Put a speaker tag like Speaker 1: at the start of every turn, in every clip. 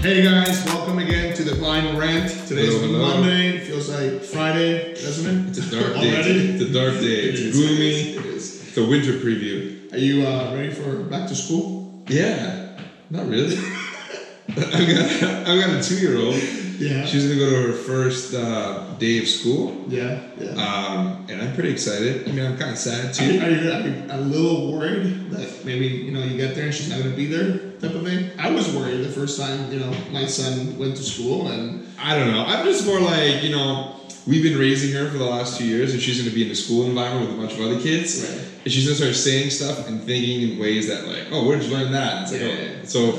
Speaker 1: Hey guys, welcome again to the Climb Rant. Today's
Speaker 2: Hello, hello.
Speaker 1: Monday. It feels like Friday, doesn't it?
Speaker 2: It's a dark
Speaker 1: Already?
Speaker 2: day. It's a dark day.
Speaker 1: It
Speaker 2: It's
Speaker 1: is, it is,
Speaker 2: gloomy.
Speaker 1: it is.
Speaker 2: It's a winter preview.
Speaker 1: Are you uh, ready for back to school?
Speaker 2: Yeah, not really. I've got I've got a two year old.
Speaker 1: Yeah.
Speaker 2: She's gonna go to her first uh, day of school,
Speaker 1: yeah. Yeah.
Speaker 2: um, and I'm pretty excited. I mean, I'm kind of sad
Speaker 1: are, you,
Speaker 2: too.
Speaker 1: are, you, are you a little worried that maybe you know you get there and she's not gonna be there type of thing? I was worried the first time you know my son went to school and
Speaker 2: I don't know. I'm just more like you know. We've been raising her for the last two years, and she's going to be in a school environment with a bunch of other kids.
Speaker 1: Right.
Speaker 2: And she's going to start saying stuff and thinking in ways that, like, oh, where did you learn that? And it's like,
Speaker 1: Yeah,
Speaker 2: oh.
Speaker 1: yeah, yeah.
Speaker 2: So,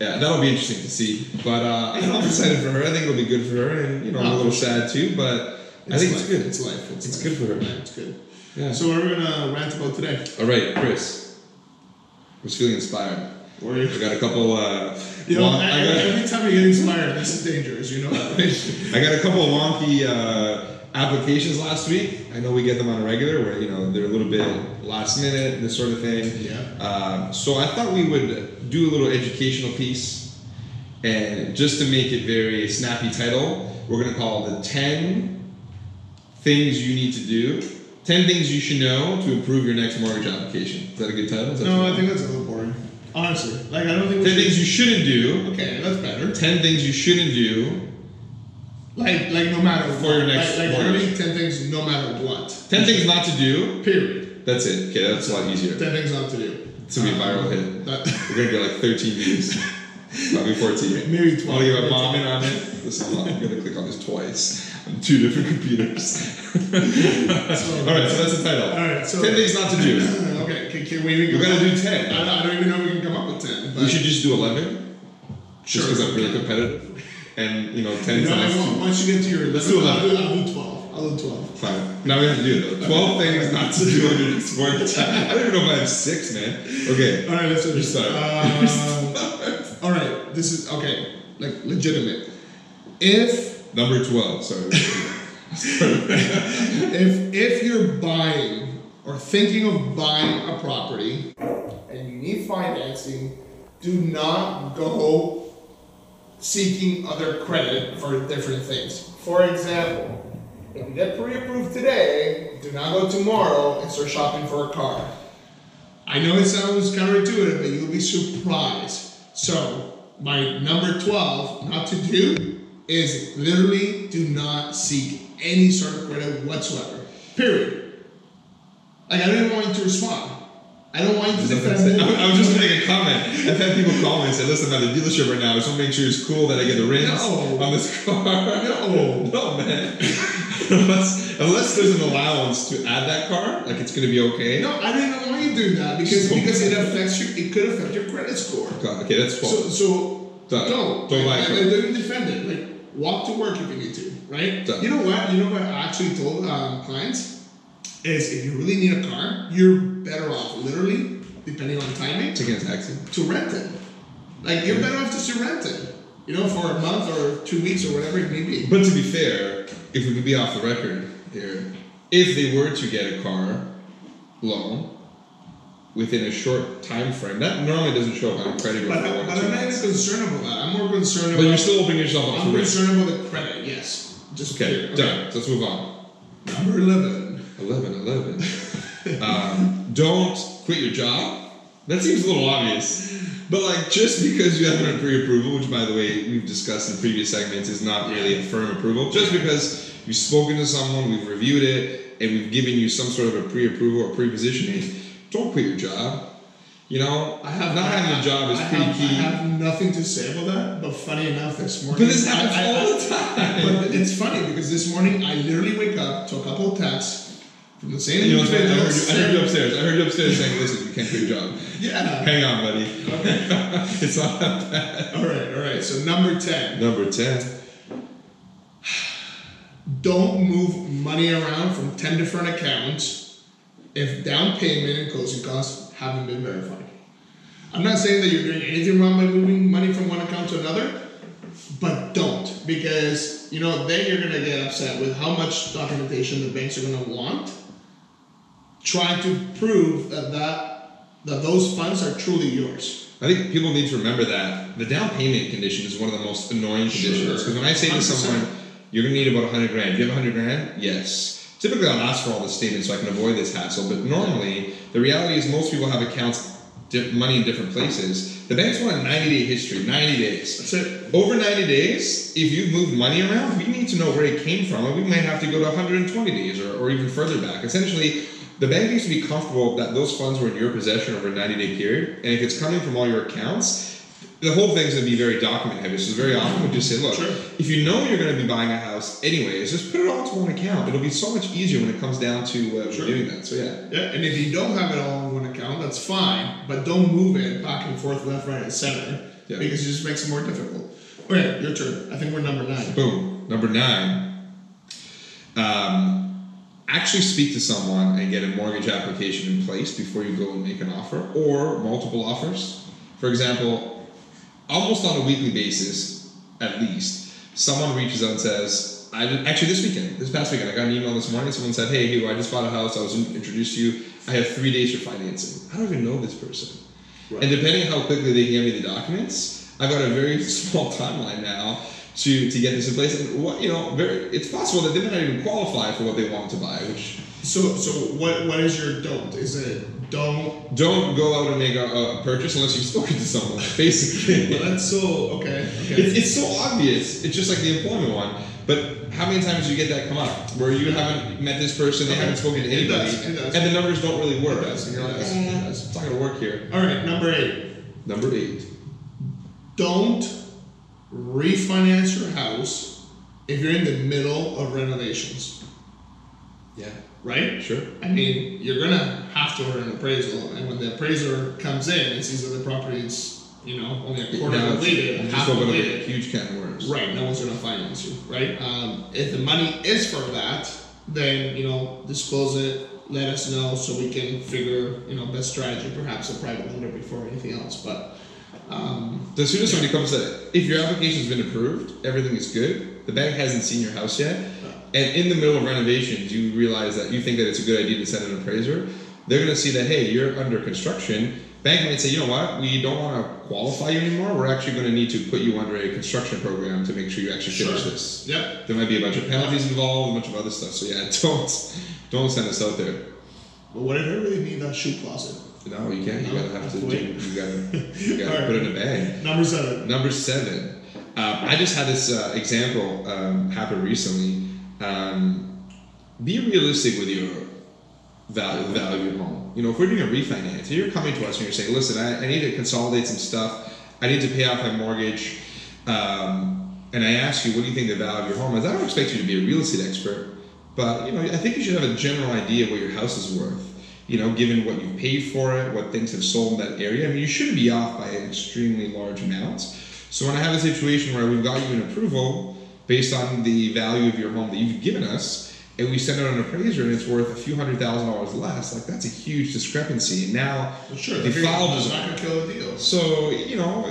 Speaker 2: yeah, that'll be interesting to see. But uh, you know, I'm excited for her. I think it'll be good for her, and you know, I'm a little sad too. But I think it's
Speaker 1: life.
Speaker 2: good.
Speaker 1: It's life. It's,
Speaker 2: It's
Speaker 1: life.
Speaker 2: good for her.
Speaker 1: Yeah, It's good.
Speaker 2: Yeah.
Speaker 1: So what are we gonna rant about today?
Speaker 2: All right, Chris. Was feeling inspired.
Speaker 1: Were you?
Speaker 2: I got a couple. Uh,
Speaker 1: You know,
Speaker 2: won-
Speaker 1: I-
Speaker 2: I, got,
Speaker 1: every time I get inspired, this is dangerous, you know?
Speaker 2: I got a couple wonky uh, applications last week. I know we get them on a regular, where you know they're a little bit last minute, this sort of thing.
Speaker 1: Yeah.
Speaker 2: Um, so I thought we would do a little educational piece, and just to make it very snappy title, we're gonna call the ten things you need to do. 10 things you should know to improve your next mortgage application. Is that a good title? Is that
Speaker 1: no,
Speaker 2: what-
Speaker 1: I think that's a little boring. Honestly, like I don't think.
Speaker 2: 10
Speaker 1: We
Speaker 2: things
Speaker 1: should,
Speaker 2: you shouldn't do.
Speaker 1: okay, that's better.
Speaker 2: 10 things you shouldn't do.
Speaker 1: Like, like no matter
Speaker 2: For
Speaker 1: what.
Speaker 2: your next
Speaker 1: like, like I
Speaker 2: mortgage.
Speaker 1: think ten things, no matter what.
Speaker 2: 10 things not to do.
Speaker 1: Period.
Speaker 2: That's it. Okay, that's a lot easier.
Speaker 1: Ten things not to do.
Speaker 2: This will be a viral hit.
Speaker 1: That,
Speaker 2: We're gonna get like 13 views. Probably 14.
Speaker 1: Maybe
Speaker 2: I want to
Speaker 1: 12.
Speaker 2: get my mom in on it. Listen, I'm gonna click on this twice on two different computers. All right, so that's the title.
Speaker 1: all right, so
Speaker 2: 10 things not to do.
Speaker 1: okay, can, can we even?
Speaker 2: We're gonna
Speaker 1: come
Speaker 2: do
Speaker 1: up-
Speaker 2: 10.
Speaker 1: I, don't- I don't even know if we can come up with ten. But
Speaker 2: We should just do 11.
Speaker 1: Sure.
Speaker 2: Just because I'm really competitive. And, you know, 10
Speaker 1: You know,
Speaker 2: sounds
Speaker 1: I want- once you get to your
Speaker 2: Let's do
Speaker 1: I'll do, I'll do twelve. I'll do twelve.
Speaker 2: Fine. Now we have to do it though. 12 things not to do under your sport. I don't even know if I have six, man. Okay.
Speaker 1: All right, let's do this.
Speaker 2: You're sorry.
Speaker 1: Uh, all right, this is okay. Like legitimate. If
Speaker 2: Number 12, sorry.
Speaker 1: if if you're buying or thinking of buying a property and you need financing, do not go seeking other credit for different things. For example, if you get pre-approved today, do not go tomorrow and start shopping for a car. I know it sounds counterintuitive, but you'll be surprised. So, my number 12, not to do, is literally do not seek any sort of credit whatsoever. Period. Like, I don't even want you to respond. I don't want you to defend
Speaker 2: I
Speaker 1: it.
Speaker 2: I was just gonna make a comment. I've had people call me and say, listen, I'm at the dealership right now. I just wanna make sure it's cool that I get a rinse
Speaker 1: No.
Speaker 2: on this car.
Speaker 1: No.
Speaker 2: No, man. unless, unless there's an allowance to add that car, like it's gonna be okay.
Speaker 1: No, I don't even want you to do that because, because it affects you, it could affect your credit score.
Speaker 2: God, okay, that's 12.
Speaker 1: So, so
Speaker 2: Done.
Speaker 1: don't
Speaker 2: Don't
Speaker 1: like,
Speaker 2: like
Speaker 1: like,
Speaker 2: it.
Speaker 1: don't even defend it. Like walk to work if you need to, right?
Speaker 2: Done.
Speaker 1: You know what? You know what I actually told um, clients is if you really need a car, you're better off literally, depending on timing,
Speaker 2: Taking a taxi.
Speaker 1: to rent it. Like you're better off just to rent it. You know, for a month or two weeks or whatever it may be.
Speaker 2: But to be fair, if we could be off the record here, if they were to get a car loan within a short time frame, that normally doesn't show up on a credit
Speaker 1: But,
Speaker 2: report.
Speaker 1: I, but I'm not even concerned about that. I'm more concerned
Speaker 2: But you're
Speaker 1: about.
Speaker 2: still opening yourself up
Speaker 1: I'm
Speaker 2: to risk.
Speaker 1: concerned about the credit. Yes. Just
Speaker 2: Okay,
Speaker 1: period.
Speaker 2: done. So let's move on.
Speaker 1: Number eleven.
Speaker 2: 11, 11. um, don't quit your job. That seems a little obvious. But like just because you haven't had pre-approval, which by the way we've discussed in previous segments is not really a firm approval, just because you've spoken to someone, we've reviewed it, and we've given you some sort of a pre-approval or pre-positioning, don't quit your job. You know, I have not having a job is
Speaker 1: I
Speaker 2: pretty
Speaker 1: have,
Speaker 2: key.
Speaker 1: I have nothing to say about that, but funny enough, this
Speaker 2: but
Speaker 1: morning.
Speaker 2: this happens
Speaker 1: I- I-
Speaker 2: all the time.
Speaker 1: But it's funny because this morning I literally wake up to a couple of texts from the same
Speaker 2: You know, it's funny, I
Speaker 1: individual.
Speaker 2: heard you, I heard you upstairs. I heard you upstairs saying, "Listen, you can't quit your job."
Speaker 1: Yeah.
Speaker 2: Hang on, buddy. it's not that bad.
Speaker 1: All right, all right. So number ten,
Speaker 2: Number 10.
Speaker 1: don't move money around from ten different accounts if down payment and closing costs haven't been verified. I'm not saying that you're doing anything wrong by moving money from one account to another, but don't because you know then you're gonna get upset with how much documentation the banks are gonna want trying to prove that that, that those funds are truly yours.
Speaker 2: I think people need to remember that the down payment condition is one of the most annoying
Speaker 1: Sure.
Speaker 2: conditions. Because when I say to
Speaker 1: 100%.
Speaker 2: someone, you're going to need about 100 grand, do you have 100 grand? Yes. Typically, I'll ask for all the statements so I can avoid this hassle, but normally, the reality is most people have accounts, di- money in different places. The banks want a 90 day history, 90 days.
Speaker 3: That's it.
Speaker 2: Over 90 days, if you've moved money around, we need to know where it came from, and we might have to go to 120 days or, or even further back. Essentially, the bank needs to be comfortable that those funds were in your possession over a 90 day period, and if it's coming from all your accounts, the whole thing's gonna be very document heavy. So very often we just say, look,
Speaker 3: Sure.
Speaker 2: if you know you're gonna be buying a house anyways, just put it all to one account. It'll be so much easier when it comes down to uh,
Speaker 3: Sure.
Speaker 2: doing that. So yeah.
Speaker 3: Yeah.
Speaker 1: And if you don't have it all in one account, that's fine, but don't move it back and forth, left, right, and center,
Speaker 2: Yeah.
Speaker 1: because it just makes it more difficult. Okay, your turn. I think we're number nine.
Speaker 2: Boom. Number nine. Um, actually speak to someone and get a mortgage application in place before you go and make an offer or multiple offers. For example, almost on a weekly basis, at least, someone reaches out and says, I did, actually this weekend, this past weekend, I got an email this morning. Someone said, Hey, Hugo, I just bought a house. I was in- introduced to you. I have three days for financing. I don't even know this person. And depending on how quickly they give me the documents, I've got a very small timeline now to, to get this in place. And what you know, very, it's possible that they might not even qualify for what they want to buy. Which
Speaker 1: So, so what what is your don't? Is it don't?
Speaker 2: don't go out and make a, a purchase unless you've spoken to someone. Basically,
Speaker 1: Well, that's so okay. okay.
Speaker 2: it's, it's so obvious. It's just like the employment one. But how many times do you get that come up where you haven't met this person, they haven't spoken to
Speaker 1: It
Speaker 2: anybody,
Speaker 1: does, it does.
Speaker 2: and the numbers don't really work?
Speaker 1: It does,
Speaker 2: and you're
Speaker 1: it
Speaker 2: like,
Speaker 1: does,
Speaker 2: eh,
Speaker 1: it does.
Speaker 2: it's not gonna work here.
Speaker 1: All right, number eight.
Speaker 2: Number eight.
Speaker 1: Don't refinance your house if you're in the middle of renovations.
Speaker 2: Yeah.
Speaker 1: Right?
Speaker 2: Sure.
Speaker 1: I mean, you're gonna have to order an appraisal, and when the appraiser comes in and sees that the property's, you know, only a quarter
Speaker 2: Now it's-
Speaker 1: completed,
Speaker 2: you
Speaker 1: half
Speaker 2: just opened up
Speaker 1: completed.
Speaker 2: a huge can of worms.
Speaker 1: Right, no one's gonna finance you, right? Um, if the money is for that, then you know, disclose it, let us know so we can figure, you know, best strategy, perhaps a private lender before anything else. But um,
Speaker 2: The soonest when it comes to if your application's been approved, everything is good, the bank hasn't seen your house yet, and in the middle of renovations, you realize that you think that it's a good idea to send an appraiser. They're gonna see that hey, you're under construction. Bank might say, you know what, we don't want to qualify you anymore. We're actually going to need to put you under a construction program to make sure you actually finish
Speaker 1: Sure.
Speaker 2: this.
Speaker 1: yep,
Speaker 2: There might be a bunch of penalties involved, a bunch of other stuff. So yeah, don't don't send us out there.
Speaker 1: but what if I really need that shoe closet?
Speaker 2: No, you can't. You
Speaker 1: No,
Speaker 2: gotta have to. Do,
Speaker 1: wait.
Speaker 2: you gotta you gotta
Speaker 1: Alright.
Speaker 2: put it in a bag.
Speaker 1: Number seven.
Speaker 2: Number seven. Um, I just had this uh, example um, happen recently. Um, be realistic with your value, the value of your home. You know, if we're doing a refinance, if you're coming to us and you're saying, listen, I, I need to consolidate some stuff, I need to pay off my mortgage, um, and I ask you, what do you think the value of your home is? I don't expect you to be a real estate expert, but you know, I think you should have a general idea of what your house is worth. You know, given what you paid for it, what things have sold in that area, I mean, you shouldn't be off by an extremely large amount. So when I have a situation where we've got you an approval based on the value of your home that you've given us, and we send out an appraiser and it's worth a few hundred thousand dollars less, like that's a huge discrepancy. And now
Speaker 1: Well, sure,
Speaker 2: the file
Speaker 1: is
Speaker 2: does
Speaker 1: not gonna kill the deal.
Speaker 2: so you know,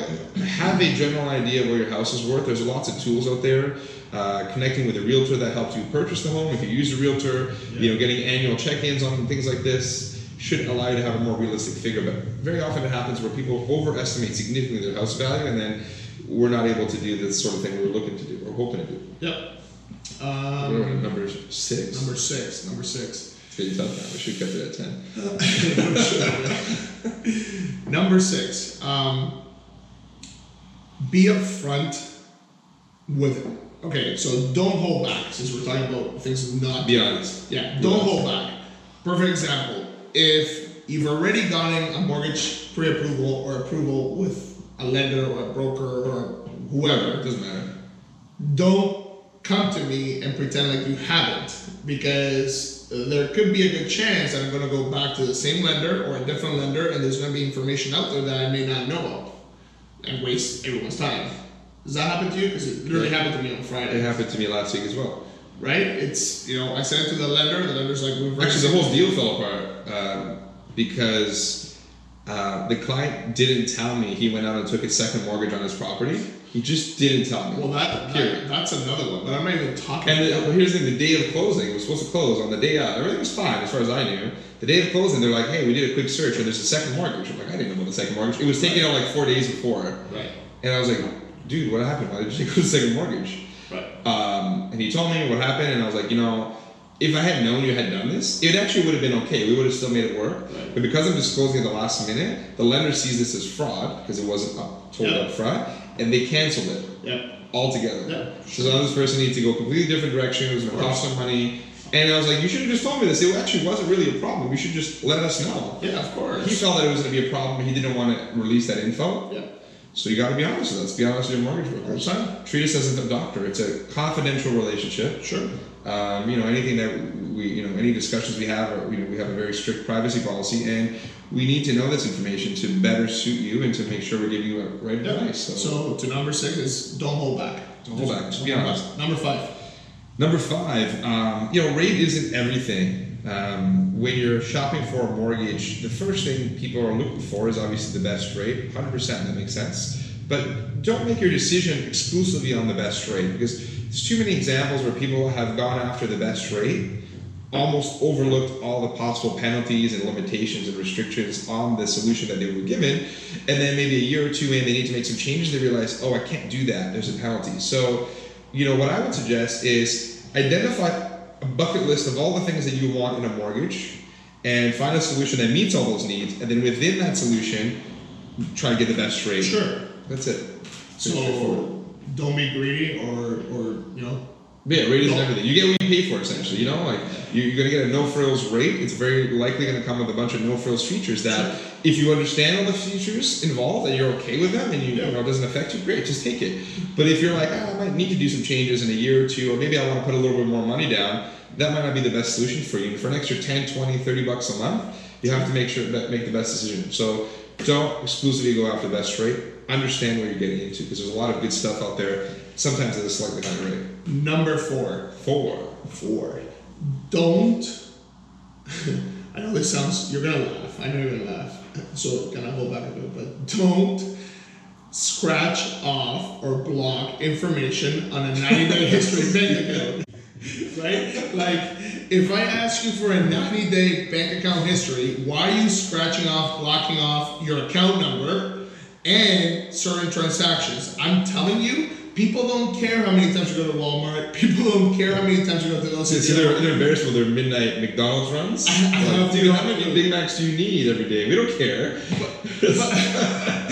Speaker 2: have a general idea of what your house is worth. There's lots of tools out there. Uh, connecting with a realtor that helped you purchase the home. If you use a realtor, you know, getting annual check-ins on things like this should allow you to have a more realistic figure. But very often it happens where people overestimate significantly their house value, and then we're not able to do the sort of thing we're looking to do or hoping to do.
Speaker 1: Yep.
Speaker 2: we're
Speaker 1: Um,
Speaker 2: on number six.
Speaker 1: number six. Number six.
Speaker 2: it's getting tough now. We should cut it at ten.
Speaker 1: Number six, um, be upfront with it. Okay, so don't hold back since we're talking about things not.
Speaker 2: Be honest.
Speaker 1: Yeah,
Speaker 2: Be
Speaker 1: don't
Speaker 2: honest.
Speaker 1: hold back. Perfect example. If you've already gotten a mortgage pre approval or approval with a lender or a broker or
Speaker 2: Whoever
Speaker 1: whoever,
Speaker 2: doesn't matter.
Speaker 1: don't come to me and pretend like you haven't because there could be a good chance that I'm going to go back to the same lender or a different lender and there's going to be information out there that I may not know of and waste everyone's time. Does that happen to you? Because it literally
Speaker 2: Yeah.
Speaker 1: happened to me on
Speaker 2: It
Speaker 1: Friday,
Speaker 2: happened to me last week as well.
Speaker 1: right? It's, you know, I sent it to the lender, the lender's like, we've
Speaker 2: Actually, the whole deal fell apart um, because uh, the client didn't tell me he went out and took his second mortgage on his property. He just didn't tell me.
Speaker 1: Well, that,
Speaker 2: Period.
Speaker 1: that that's another one, but I'm not even talking.
Speaker 2: And the,
Speaker 1: about
Speaker 2: well,
Speaker 1: it.
Speaker 2: here's the thing: the day of closing, it was supposed to close on the day of. Everything was fine as far as I knew. The day of closing, they're like, "Hey, we did a quick search, and there's a second mortgage." I'm like, "I didn't know about the second mortgage." It was taken out like four days before,
Speaker 1: right,
Speaker 2: and I was like, "Dude, what happened? Why did you go to the second mortgage?"
Speaker 1: right,
Speaker 2: Um, and he told me what happened, and I was like, "You know, if I had known you had done this, it actually would have been okay. We would have still made it work.
Speaker 1: Right.
Speaker 2: But because I'm disclosing at the last minute, the lender sees this as fraud because it wasn't up, told
Speaker 1: Yeah.
Speaker 2: up front, and they canceled it."
Speaker 1: yeah,
Speaker 2: altogether.
Speaker 1: Yeah.
Speaker 2: So now this person needs to go a completely different direction. It was going to
Speaker 1: Of course.
Speaker 2: cost some money. And I was like, you should have just told me this. It actually wasn't really a problem. You should just let us know.
Speaker 1: yeah, of course.
Speaker 2: He felt that it was going to be a problem. He didn't want to release that info.
Speaker 1: yeah,
Speaker 2: So you got to be honest with us. Be honest with your mortgage
Speaker 1: all the
Speaker 2: brokers.
Speaker 1: time.
Speaker 2: Treat us as a doctor. It's a confidential relationship.
Speaker 1: Sure.
Speaker 2: Um, you know, anything that we, you know, any discussions we have, are, you know, we have a very strict privacy policy, and we need to know this information to better suit you and to make sure we're giving you the right
Speaker 1: Yeah.
Speaker 2: advice.
Speaker 1: So, to number six is don't hold back.
Speaker 2: Don't hold back. Just be
Speaker 1: hold
Speaker 2: honest.
Speaker 1: back. Number five.
Speaker 2: Number five, um, you know, rate isn't everything. Um, when you're shopping for a mortgage, the first thing people are looking for is obviously the best rate. 100% that makes sense. But don't make your decision exclusively on the best rate because there's too many examples where people have gone after the best rate, almost overlooked all the possible penalties and limitations and restrictions on the solution that they were given. And then maybe a year or two in, they need to make some changes. They realize, oh, I can't do that. There's a penalty. So you know what i would suggest is identify a bucket list of all the things that you want in a mortgage and find a solution that meets all those needs and then within that solution try to get the best rate
Speaker 1: Sure.
Speaker 2: that's it Pretty straightforward.
Speaker 1: So don't be greedy or or you know
Speaker 2: yeah rate is
Speaker 1: No.
Speaker 2: everything you get what you pay for essentially you know like you're, you're going to get a no frills rate it's very likely going to come with a bunch of no frills features that if you understand all the features involved that you're okay with them and you,
Speaker 1: Yeah.
Speaker 2: you know it doesn't affect you great just take it but if you're like ah, i might need to do some changes in a year or two or maybe i want to put a little bit more money down that might not be the best solution for you and for an extra 10 20 30 bucks a month you have to make sure that make the best decision so don't exclusively go after the best rate understand what you're getting into because there's a lot of good stuff out there sometimes at a slightly higher rate
Speaker 1: number four.
Speaker 2: four
Speaker 1: Four. Don't. I know this sounds. You're gonna laugh. I know you're gonna laugh. So can I hold back a bit? But don't scratch off or block information on a 90 day history bank account. Right? Like, if I ask you for a 90 day bank account history, why are you scratching off, blocking off your account number and certain transactions? I'm telling you, people don't care how many times you go to Walmart, people don't care how many times you go to the
Speaker 2: So, so they're, they're embarrassed with their midnight McDonald's runs.
Speaker 1: I- I
Speaker 2: Like,
Speaker 1: love
Speaker 2: dude,
Speaker 1: doing
Speaker 2: how
Speaker 1: that.
Speaker 2: many Big Macs do you need every day? We don't care.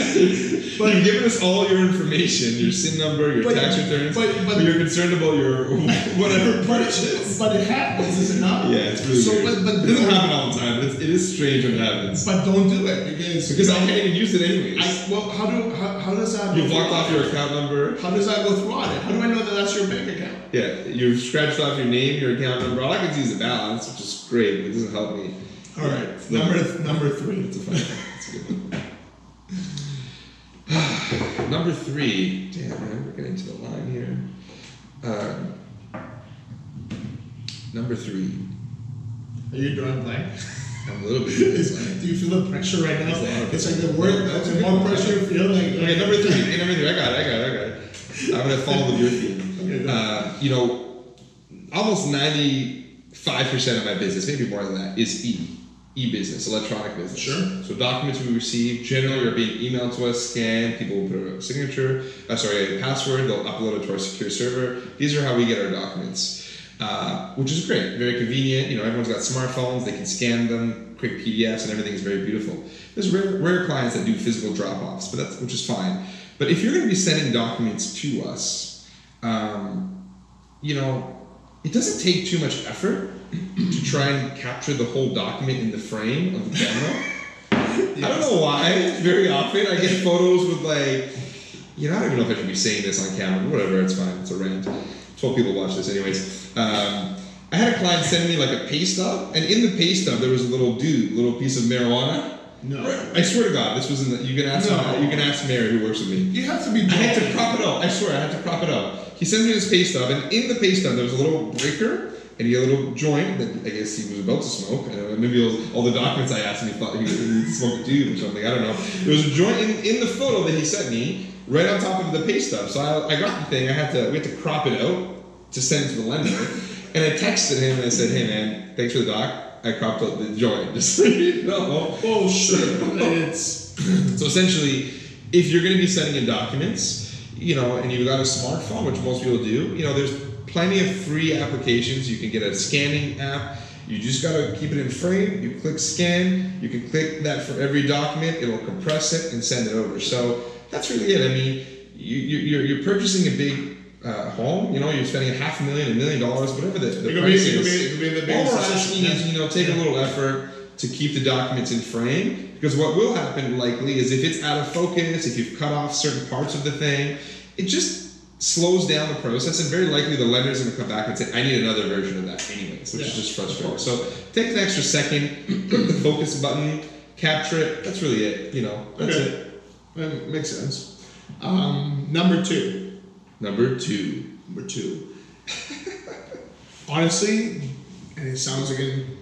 Speaker 2: You've given us all your information, your SIN number, your
Speaker 1: But-
Speaker 2: tax returns,
Speaker 1: but- but-
Speaker 2: you're concerned about your whatever
Speaker 1: But
Speaker 2: purchase.
Speaker 1: it, but it happens, is it not?
Speaker 2: Yeah, it's really
Speaker 1: so,
Speaker 2: weird.
Speaker 1: But,
Speaker 2: it
Speaker 1: but,
Speaker 2: doesn't
Speaker 1: don't,
Speaker 2: happen all the time. But it's, it is strange when it happens
Speaker 1: but don't do it because
Speaker 2: because I
Speaker 1: you know,
Speaker 2: can't even use it anyways.
Speaker 1: I, well, how do how, how does that?
Speaker 2: you
Speaker 1: go
Speaker 2: blocked
Speaker 1: through
Speaker 2: off
Speaker 1: audit?
Speaker 2: your account number.
Speaker 1: How does that go through audit? How do I know that that's your bank account?
Speaker 2: Yeah, you've scratched off your name, your account number. All I can see is the balance, which is great, but it doesn't help me.
Speaker 1: All right, number number three.
Speaker 2: It's a fun- it's a good one. Number three. Damn, man, we're getting to the line here. Um, number three.
Speaker 1: Are you drawing blank?
Speaker 2: I'm a little bit.
Speaker 1: do you feel the pressure right now?
Speaker 2: It's a lot of
Speaker 1: It's like
Speaker 2: pressure.
Speaker 1: the word.
Speaker 2: That's
Speaker 1: The
Speaker 2: good.
Speaker 1: more pressure you feel, like
Speaker 2: Okay, number three. Hey, number three. I got it. I got it. I got it. I'm gonna follow with your
Speaker 1: Okay,
Speaker 2: theme.
Speaker 1: go.
Speaker 2: Uh, you know, almost ninety-five percent of my business, maybe more than that, is e e business, electronic business.
Speaker 1: Sure.
Speaker 2: So documents we receive generally are being emailed to us, scanned. People will put a signature. Uh, sorry, a password. They'll upload it to our secure server. These are how we get our documents. Uh, which is great, very convenient. You know, everyone's got smartphones; they can scan them, quick PDFs, and everything is very beautiful. There's rare, rare clients that do physical drop-offs, but that's which is fine. But if you're going to be sending documents to us, um, you know, it doesn't take too much effort to try and capture the whole document in the frame of the camera. I don't know why. Very often I get photos with like, you know, I don't even know if I should be saying this on camera. but Whatever, it's fine. It's a rant. Twelve people watch this, anyways. Um, I had a client send me like a pay stub, and in the pay stub there was a little dude, little piece of marijuana.
Speaker 1: No.
Speaker 2: I swear to God, this was in the. You can ask.
Speaker 1: No.
Speaker 2: You can ask Mary who works with me.
Speaker 1: You have to be.
Speaker 2: I had to
Speaker 1: joking.
Speaker 2: prop it up. I swear, I had to prop it up. He sends me this pay stub, and in the pay stub there was a little breaker and he had a little joint that I guess he was about to smoke. I don't know, maybe it was all the documents I asked him, he thought he was he smoked a dude or something. I don't know. There was a joint in, in the photo that he sent me. right on top of the pay stub. So I, I got the thing. I had to we had to crop it out to send it to the lender, and I texted him and I said, "Hey man, thanks for the doc. I cropped out the joint. Just so you know."
Speaker 1: Oh shit! it's
Speaker 2: So essentially, if you're going to be sending in documents, you know, and you've got a smartphone, which most people do, you know, there's plenty of free applications. You can get a scanning app. You just got to keep it in frame. You click scan. You can click that for every document. It'll compress it and send it over. So that's really it. I mean, you, you, you're, you're purchasing a big uh, home. You know, you're spending a half a million, a million dollars, whatever the, the
Speaker 1: It could be-
Speaker 2: price
Speaker 1: it could
Speaker 2: is.
Speaker 1: be- it could be the
Speaker 2: All
Speaker 1: biggest
Speaker 2: we're
Speaker 1: decision.
Speaker 2: asking is you know, take a little effort to keep the documents in frame because what will happen likely is if it's out of focus, if you've cut off certain parts of the thing, it just slows down the process and very likely the lender's going to come back and say, I need another version of that anyways, which is
Speaker 1: Yeah,
Speaker 2: just
Speaker 1: of
Speaker 2: frustrating.
Speaker 1: course.
Speaker 2: So take an extra second, click the focus button, capture it. That's really it, you know, that's
Speaker 1: Okay.
Speaker 2: it.
Speaker 1: that makes sense. Um, number two.
Speaker 2: Number two.
Speaker 1: Number two. Honestly, and it sounds again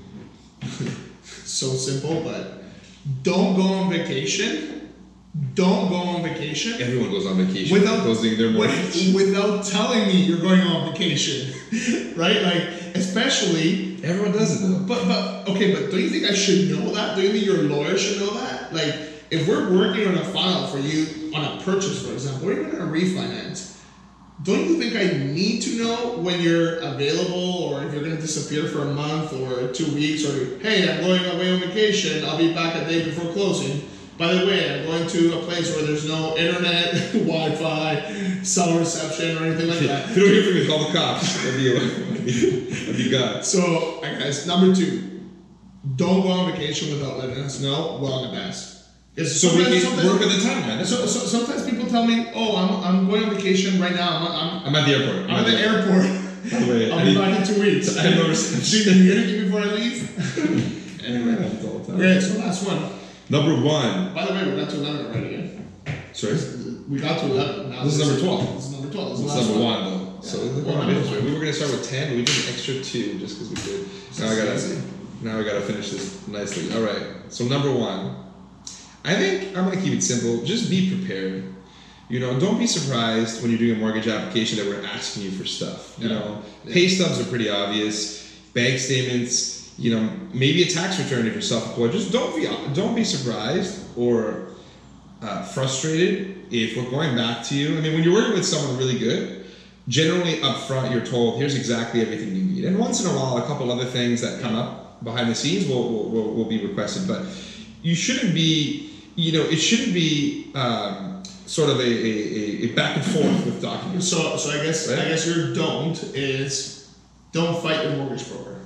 Speaker 1: so simple, but don't go on vacation. Don't go on vacation
Speaker 2: Everyone goes on vacation
Speaker 1: without
Speaker 2: closing their mortgage.
Speaker 1: with- without telling me you're going on vacation, right? Like especially,
Speaker 2: Everyone does it though.
Speaker 1: but but okay, but don't you think I should know that? Don't you think your lawyer should know that? Like if we're working on a file for you on a purchase, for example, or even on a refinance, don't you think I need to know when you're available or if you're going to disappear for a month or two weeks or, hey, I'm going away on vacation, I'll be back a day before closing. By the way, I'm going to a place where there's no internet, Wi Fi, cell reception, or anything like
Speaker 2: If
Speaker 1: that.
Speaker 2: you don't hear from me, call the cops. That'd be, that'd be, that'd be God.
Speaker 1: So, I guess number two, don't go on vacation without letting us know well in advance. It's
Speaker 2: So we
Speaker 1: sometimes-
Speaker 2: can
Speaker 1: sometimes-
Speaker 2: work with the timeline.
Speaker 1: So, so sometimes people tell me, oh, I'm, I'm going on vacation right now. I'm,
Speaker 2: I'm at the airport.
Speaker 1: I'm, I'm at the airport.
Speaker 2: Wait,
Speaker 1: I'll
Speaker 2: I
Speaker 1: be
Speaker 2: need-
Speaker 1: back in two weeks.
Speaker 2: I have no
Speaker 1: Do
Speaker 2: reception.
Speaker 1: you need me before I leave?
Speaker 2: Anyway, happens all the time.
Speaker 1: okay, so last one.
Speaker 2: Number one.
Speaker 1: By the way, we got to 11 already. eh?
Speaker 2: Sorry. This
Speaker 1: We got to 11. Now
Speaker 2: This is number 12.
Speaker 1: This is number 12. This is
Speaker 2: is
Speaker 1: the last
Speaker 2: number
Speaker 1: one.
Speaker 2: one, though. So
Speaker 1: Yeah.
Speaker 2: look
Speaker 1: Well,
Speaker 2: what
Speaker 1: number
Speaker 2: it is.
Speaker 1: one.
Speaker 2: We were gonna start with ten, but we did an extra two just because we could. Now I
Speaker 1: Sexy.
Speaker 2: gotta. Now I gotta finish this nicely. All right. So number one. I think I'm gonna keep it simple. Just be prepared. You know, don't be surprised when you're doing a mortgage application that we're asking you for stuff. You
Speaker 1: Yeah.
Speaker 2: know, pay stubs are pretty obvious. Bank statements. You know, maybe a tax return if you're self-employed. Just don't be don't be surprised or uh, frustrated if we're going back to you. I mean, when you're working with someone really good, generally up front you're told here's exactly everything you need, and once in a while a couple other things that come up behind the scenes will will, will, will be requested, but you shouldn't be you know it shouldn't be um, sort of a, a, a- a back and forth with documents.
Speaker 1: So, so I guess I
Speaker 2: Right.
Speaker 1: guess your don't is don't fight your mortgage broker.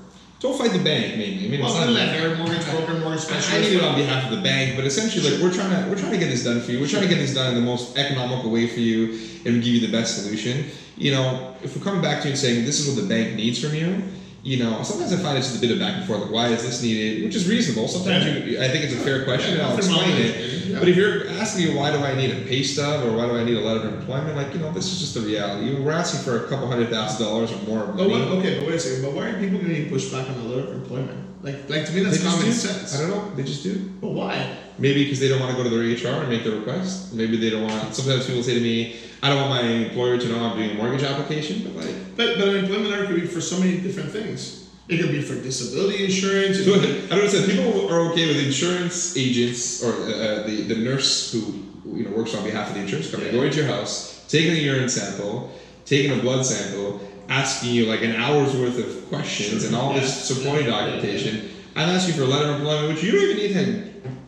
Speaker 2: Don't fight the bank, mainly. I mean,
Speaker 1: Well,
Speaker 2: it's
Speaker 1: the
Speaker 2: not
Speaker 1: lender, mortgage broker, mortgage
Speaker 2: I did it
Speaker 1: specialist.
Speaker 2: on behalf of the bank, but essentially, like we're trying to we're trying to get this done for you. We're trying to get this done in the most economical way for you, and give you the best solution. You know, if we're coming back to you and saying this is what the bank needs from you, you know, sometimes I find it's just a bit of back and forth. Like, why is this needed? Which is reasonable. Sometimes you, I think it's a fair question, and I'll
Speaker 1: Nothing wrong
Speaker 2: explain
Speaker 1: with it.
Speaker 2: it.
Speaker 1: Yeah.
Speaker 2: But if you're asking me why do I need a pay stub or why do I need a letter of employment, like you know, this is just the reality. We're asking for a couple hundred thousand dollars or more. Of
Speaker 1: But
Speaker 2: money.
Speaker 1: what, okay, but wait a second. But why are people getting pushed back on the letter of employment? Like, like to me,
Speaker 2: They
Speaker 1: that's
Speaker 2: just
Speaker 1: common
Speaker 2: do. I
Speaker 1: sense.
Speaker 2: don't know. They just do.
Speaker 1: But why?
Speaker 2: Maybe because they don't want to go to their HR and make the request. Maybe they don't want. Sometimes people say to me, "I don't want my employer to know I'm doing a mortgage application." But like,
Speaker 1: But but an employment letter could be for so many different things. It could be for disability insurance. It
Speaker 2: so I
Speaker 1: could
Speaker 2: don't understand. People are okay with insurance agents or uh, the the nurse who you know works on behalf of the insurance company
Speaker 1: Yeah.
Speaker 2: going to your house, taking a urine sample, taking a blood sample, asking you like an hour's worth of questions and all this
Speaker 1: Yeah.
Speaker 2: supporting
Speaker 1: Yeah.
Speaker 2: documentation. I'm asking for a letter of employment, which you don't even need to,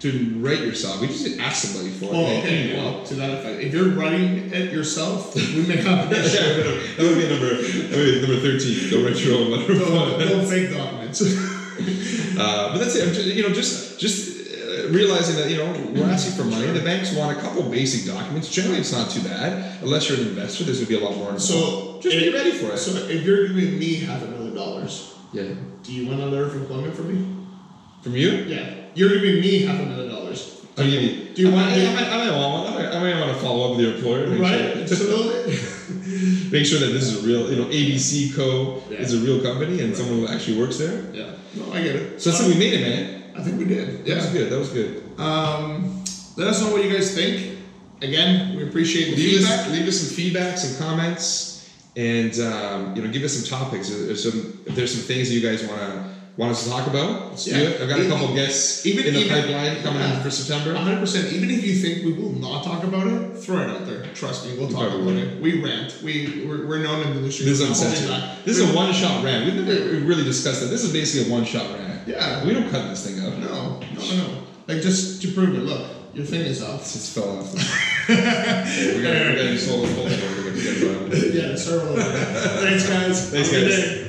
Speaker 2: to write yourself. You just ask somebody for it.
Speaker 1: Well,
Speaker 2: They
Speaker 1: okay,
Speaker 2: email.
Speaker 1: well, to that effect. If you're running it yourself, we may have an issue.
Speaker 2: that would be number that would be number thirteen. Don't write your own letter of
Speaker 1: Don't,
Speaker 2: appointment.
Speaker 1: don't fake documents.
Speaker 2: Uh, but that's it. I'm just, you know, just just uh, realizing that you know we're asking for money. The banks want a couple basic documents. Generally, it's not too bad unless you're an investor. This would be a lot more. involved.
Speaker 1: So,
Speaker 2: just be
Speaker 1: it-
Speaker 2: ready for it.
Speaker 1: so if you're giving me half a million dollars,
Speaker 2: yeah.
Speaker 1: do you want a letter of employment from me?
Speaker 2: From you?
Speaker 1: Yeah. You're giving me half a million dollars.
Speaker 2: I mean,
Speaker 1: Do you want-
Speaker 2: I, I, I, I might want one. I might, I might want to follow up with your employer. Make
Speaker 1: Right?
Speaker 2: Sure,
Speaker 1: So,
Speaker 2: make sure that this is a real. You know, ABC Co.
Speaker 1: Yeah.
Speaker 2: is a real company and someone who actually works there.
Speaker 1: yeah. No, I get it.
Speaker 2: So that's how we made it, man.
Speaker 1: I think we did.
Speaker 2: That was
Speaker 1: Yeah.
Speaker 2: good. That was good.
Speaker 1: Um, let us know what you guys think. Again, we appreciate the
Speaker 2: leave
Speaker 1: feedback.
Speaker 2: us, leave us some feedback, some comments, and um, you know, give us some topics. If there's some, if there's some things that you guys want to want us to talk about, let's
Speaker 1: Yeah.
Speaker 2: do it. I've got a
Speaker 1: Even-
Speaker 2: couple guests
Speaker 1: even-
Speaker 2: in the
Speaker 1: even-
Speaker 2: pipeline coming
Speaker 1: yeah.
Speaker 2: in for September.
Speaker 1: 100%. Even if you think we will not talk about it, throw it out there. Trust me, we'll
Speaker 2: We
Speaker 1: talk
Speaker 2: probably
Speaker 1: about
Speaker 2: will.
Speaker 1: it. We rant. We, we're, we're known in the industry.
Speaker 2: This is
Speaker 1: We're not holding
Speaker 2: uncensored.
Speaker 1: back.
Speaker 2: This is
Speaker 1: We-
Speaker 2: a one-shot rant. We've never really discussed that. This is basically a one-shot rant.
Speaker 1: Yeah.
Speaker 2: We don't cut this thing up.
Speaker 1: No, no, no, no. Like, just to prove it, look, your finger's off.
Speaker 2: It's just fell off. we're gonna, we're gonna just hold, hold it. We're gonna get it.
Speaker 1: yeah, sir. Thanks, guys.
Speaker 2: Thanks,
Speaker 1: Have a good
Speaker 2: guys.
Speaker 1: day.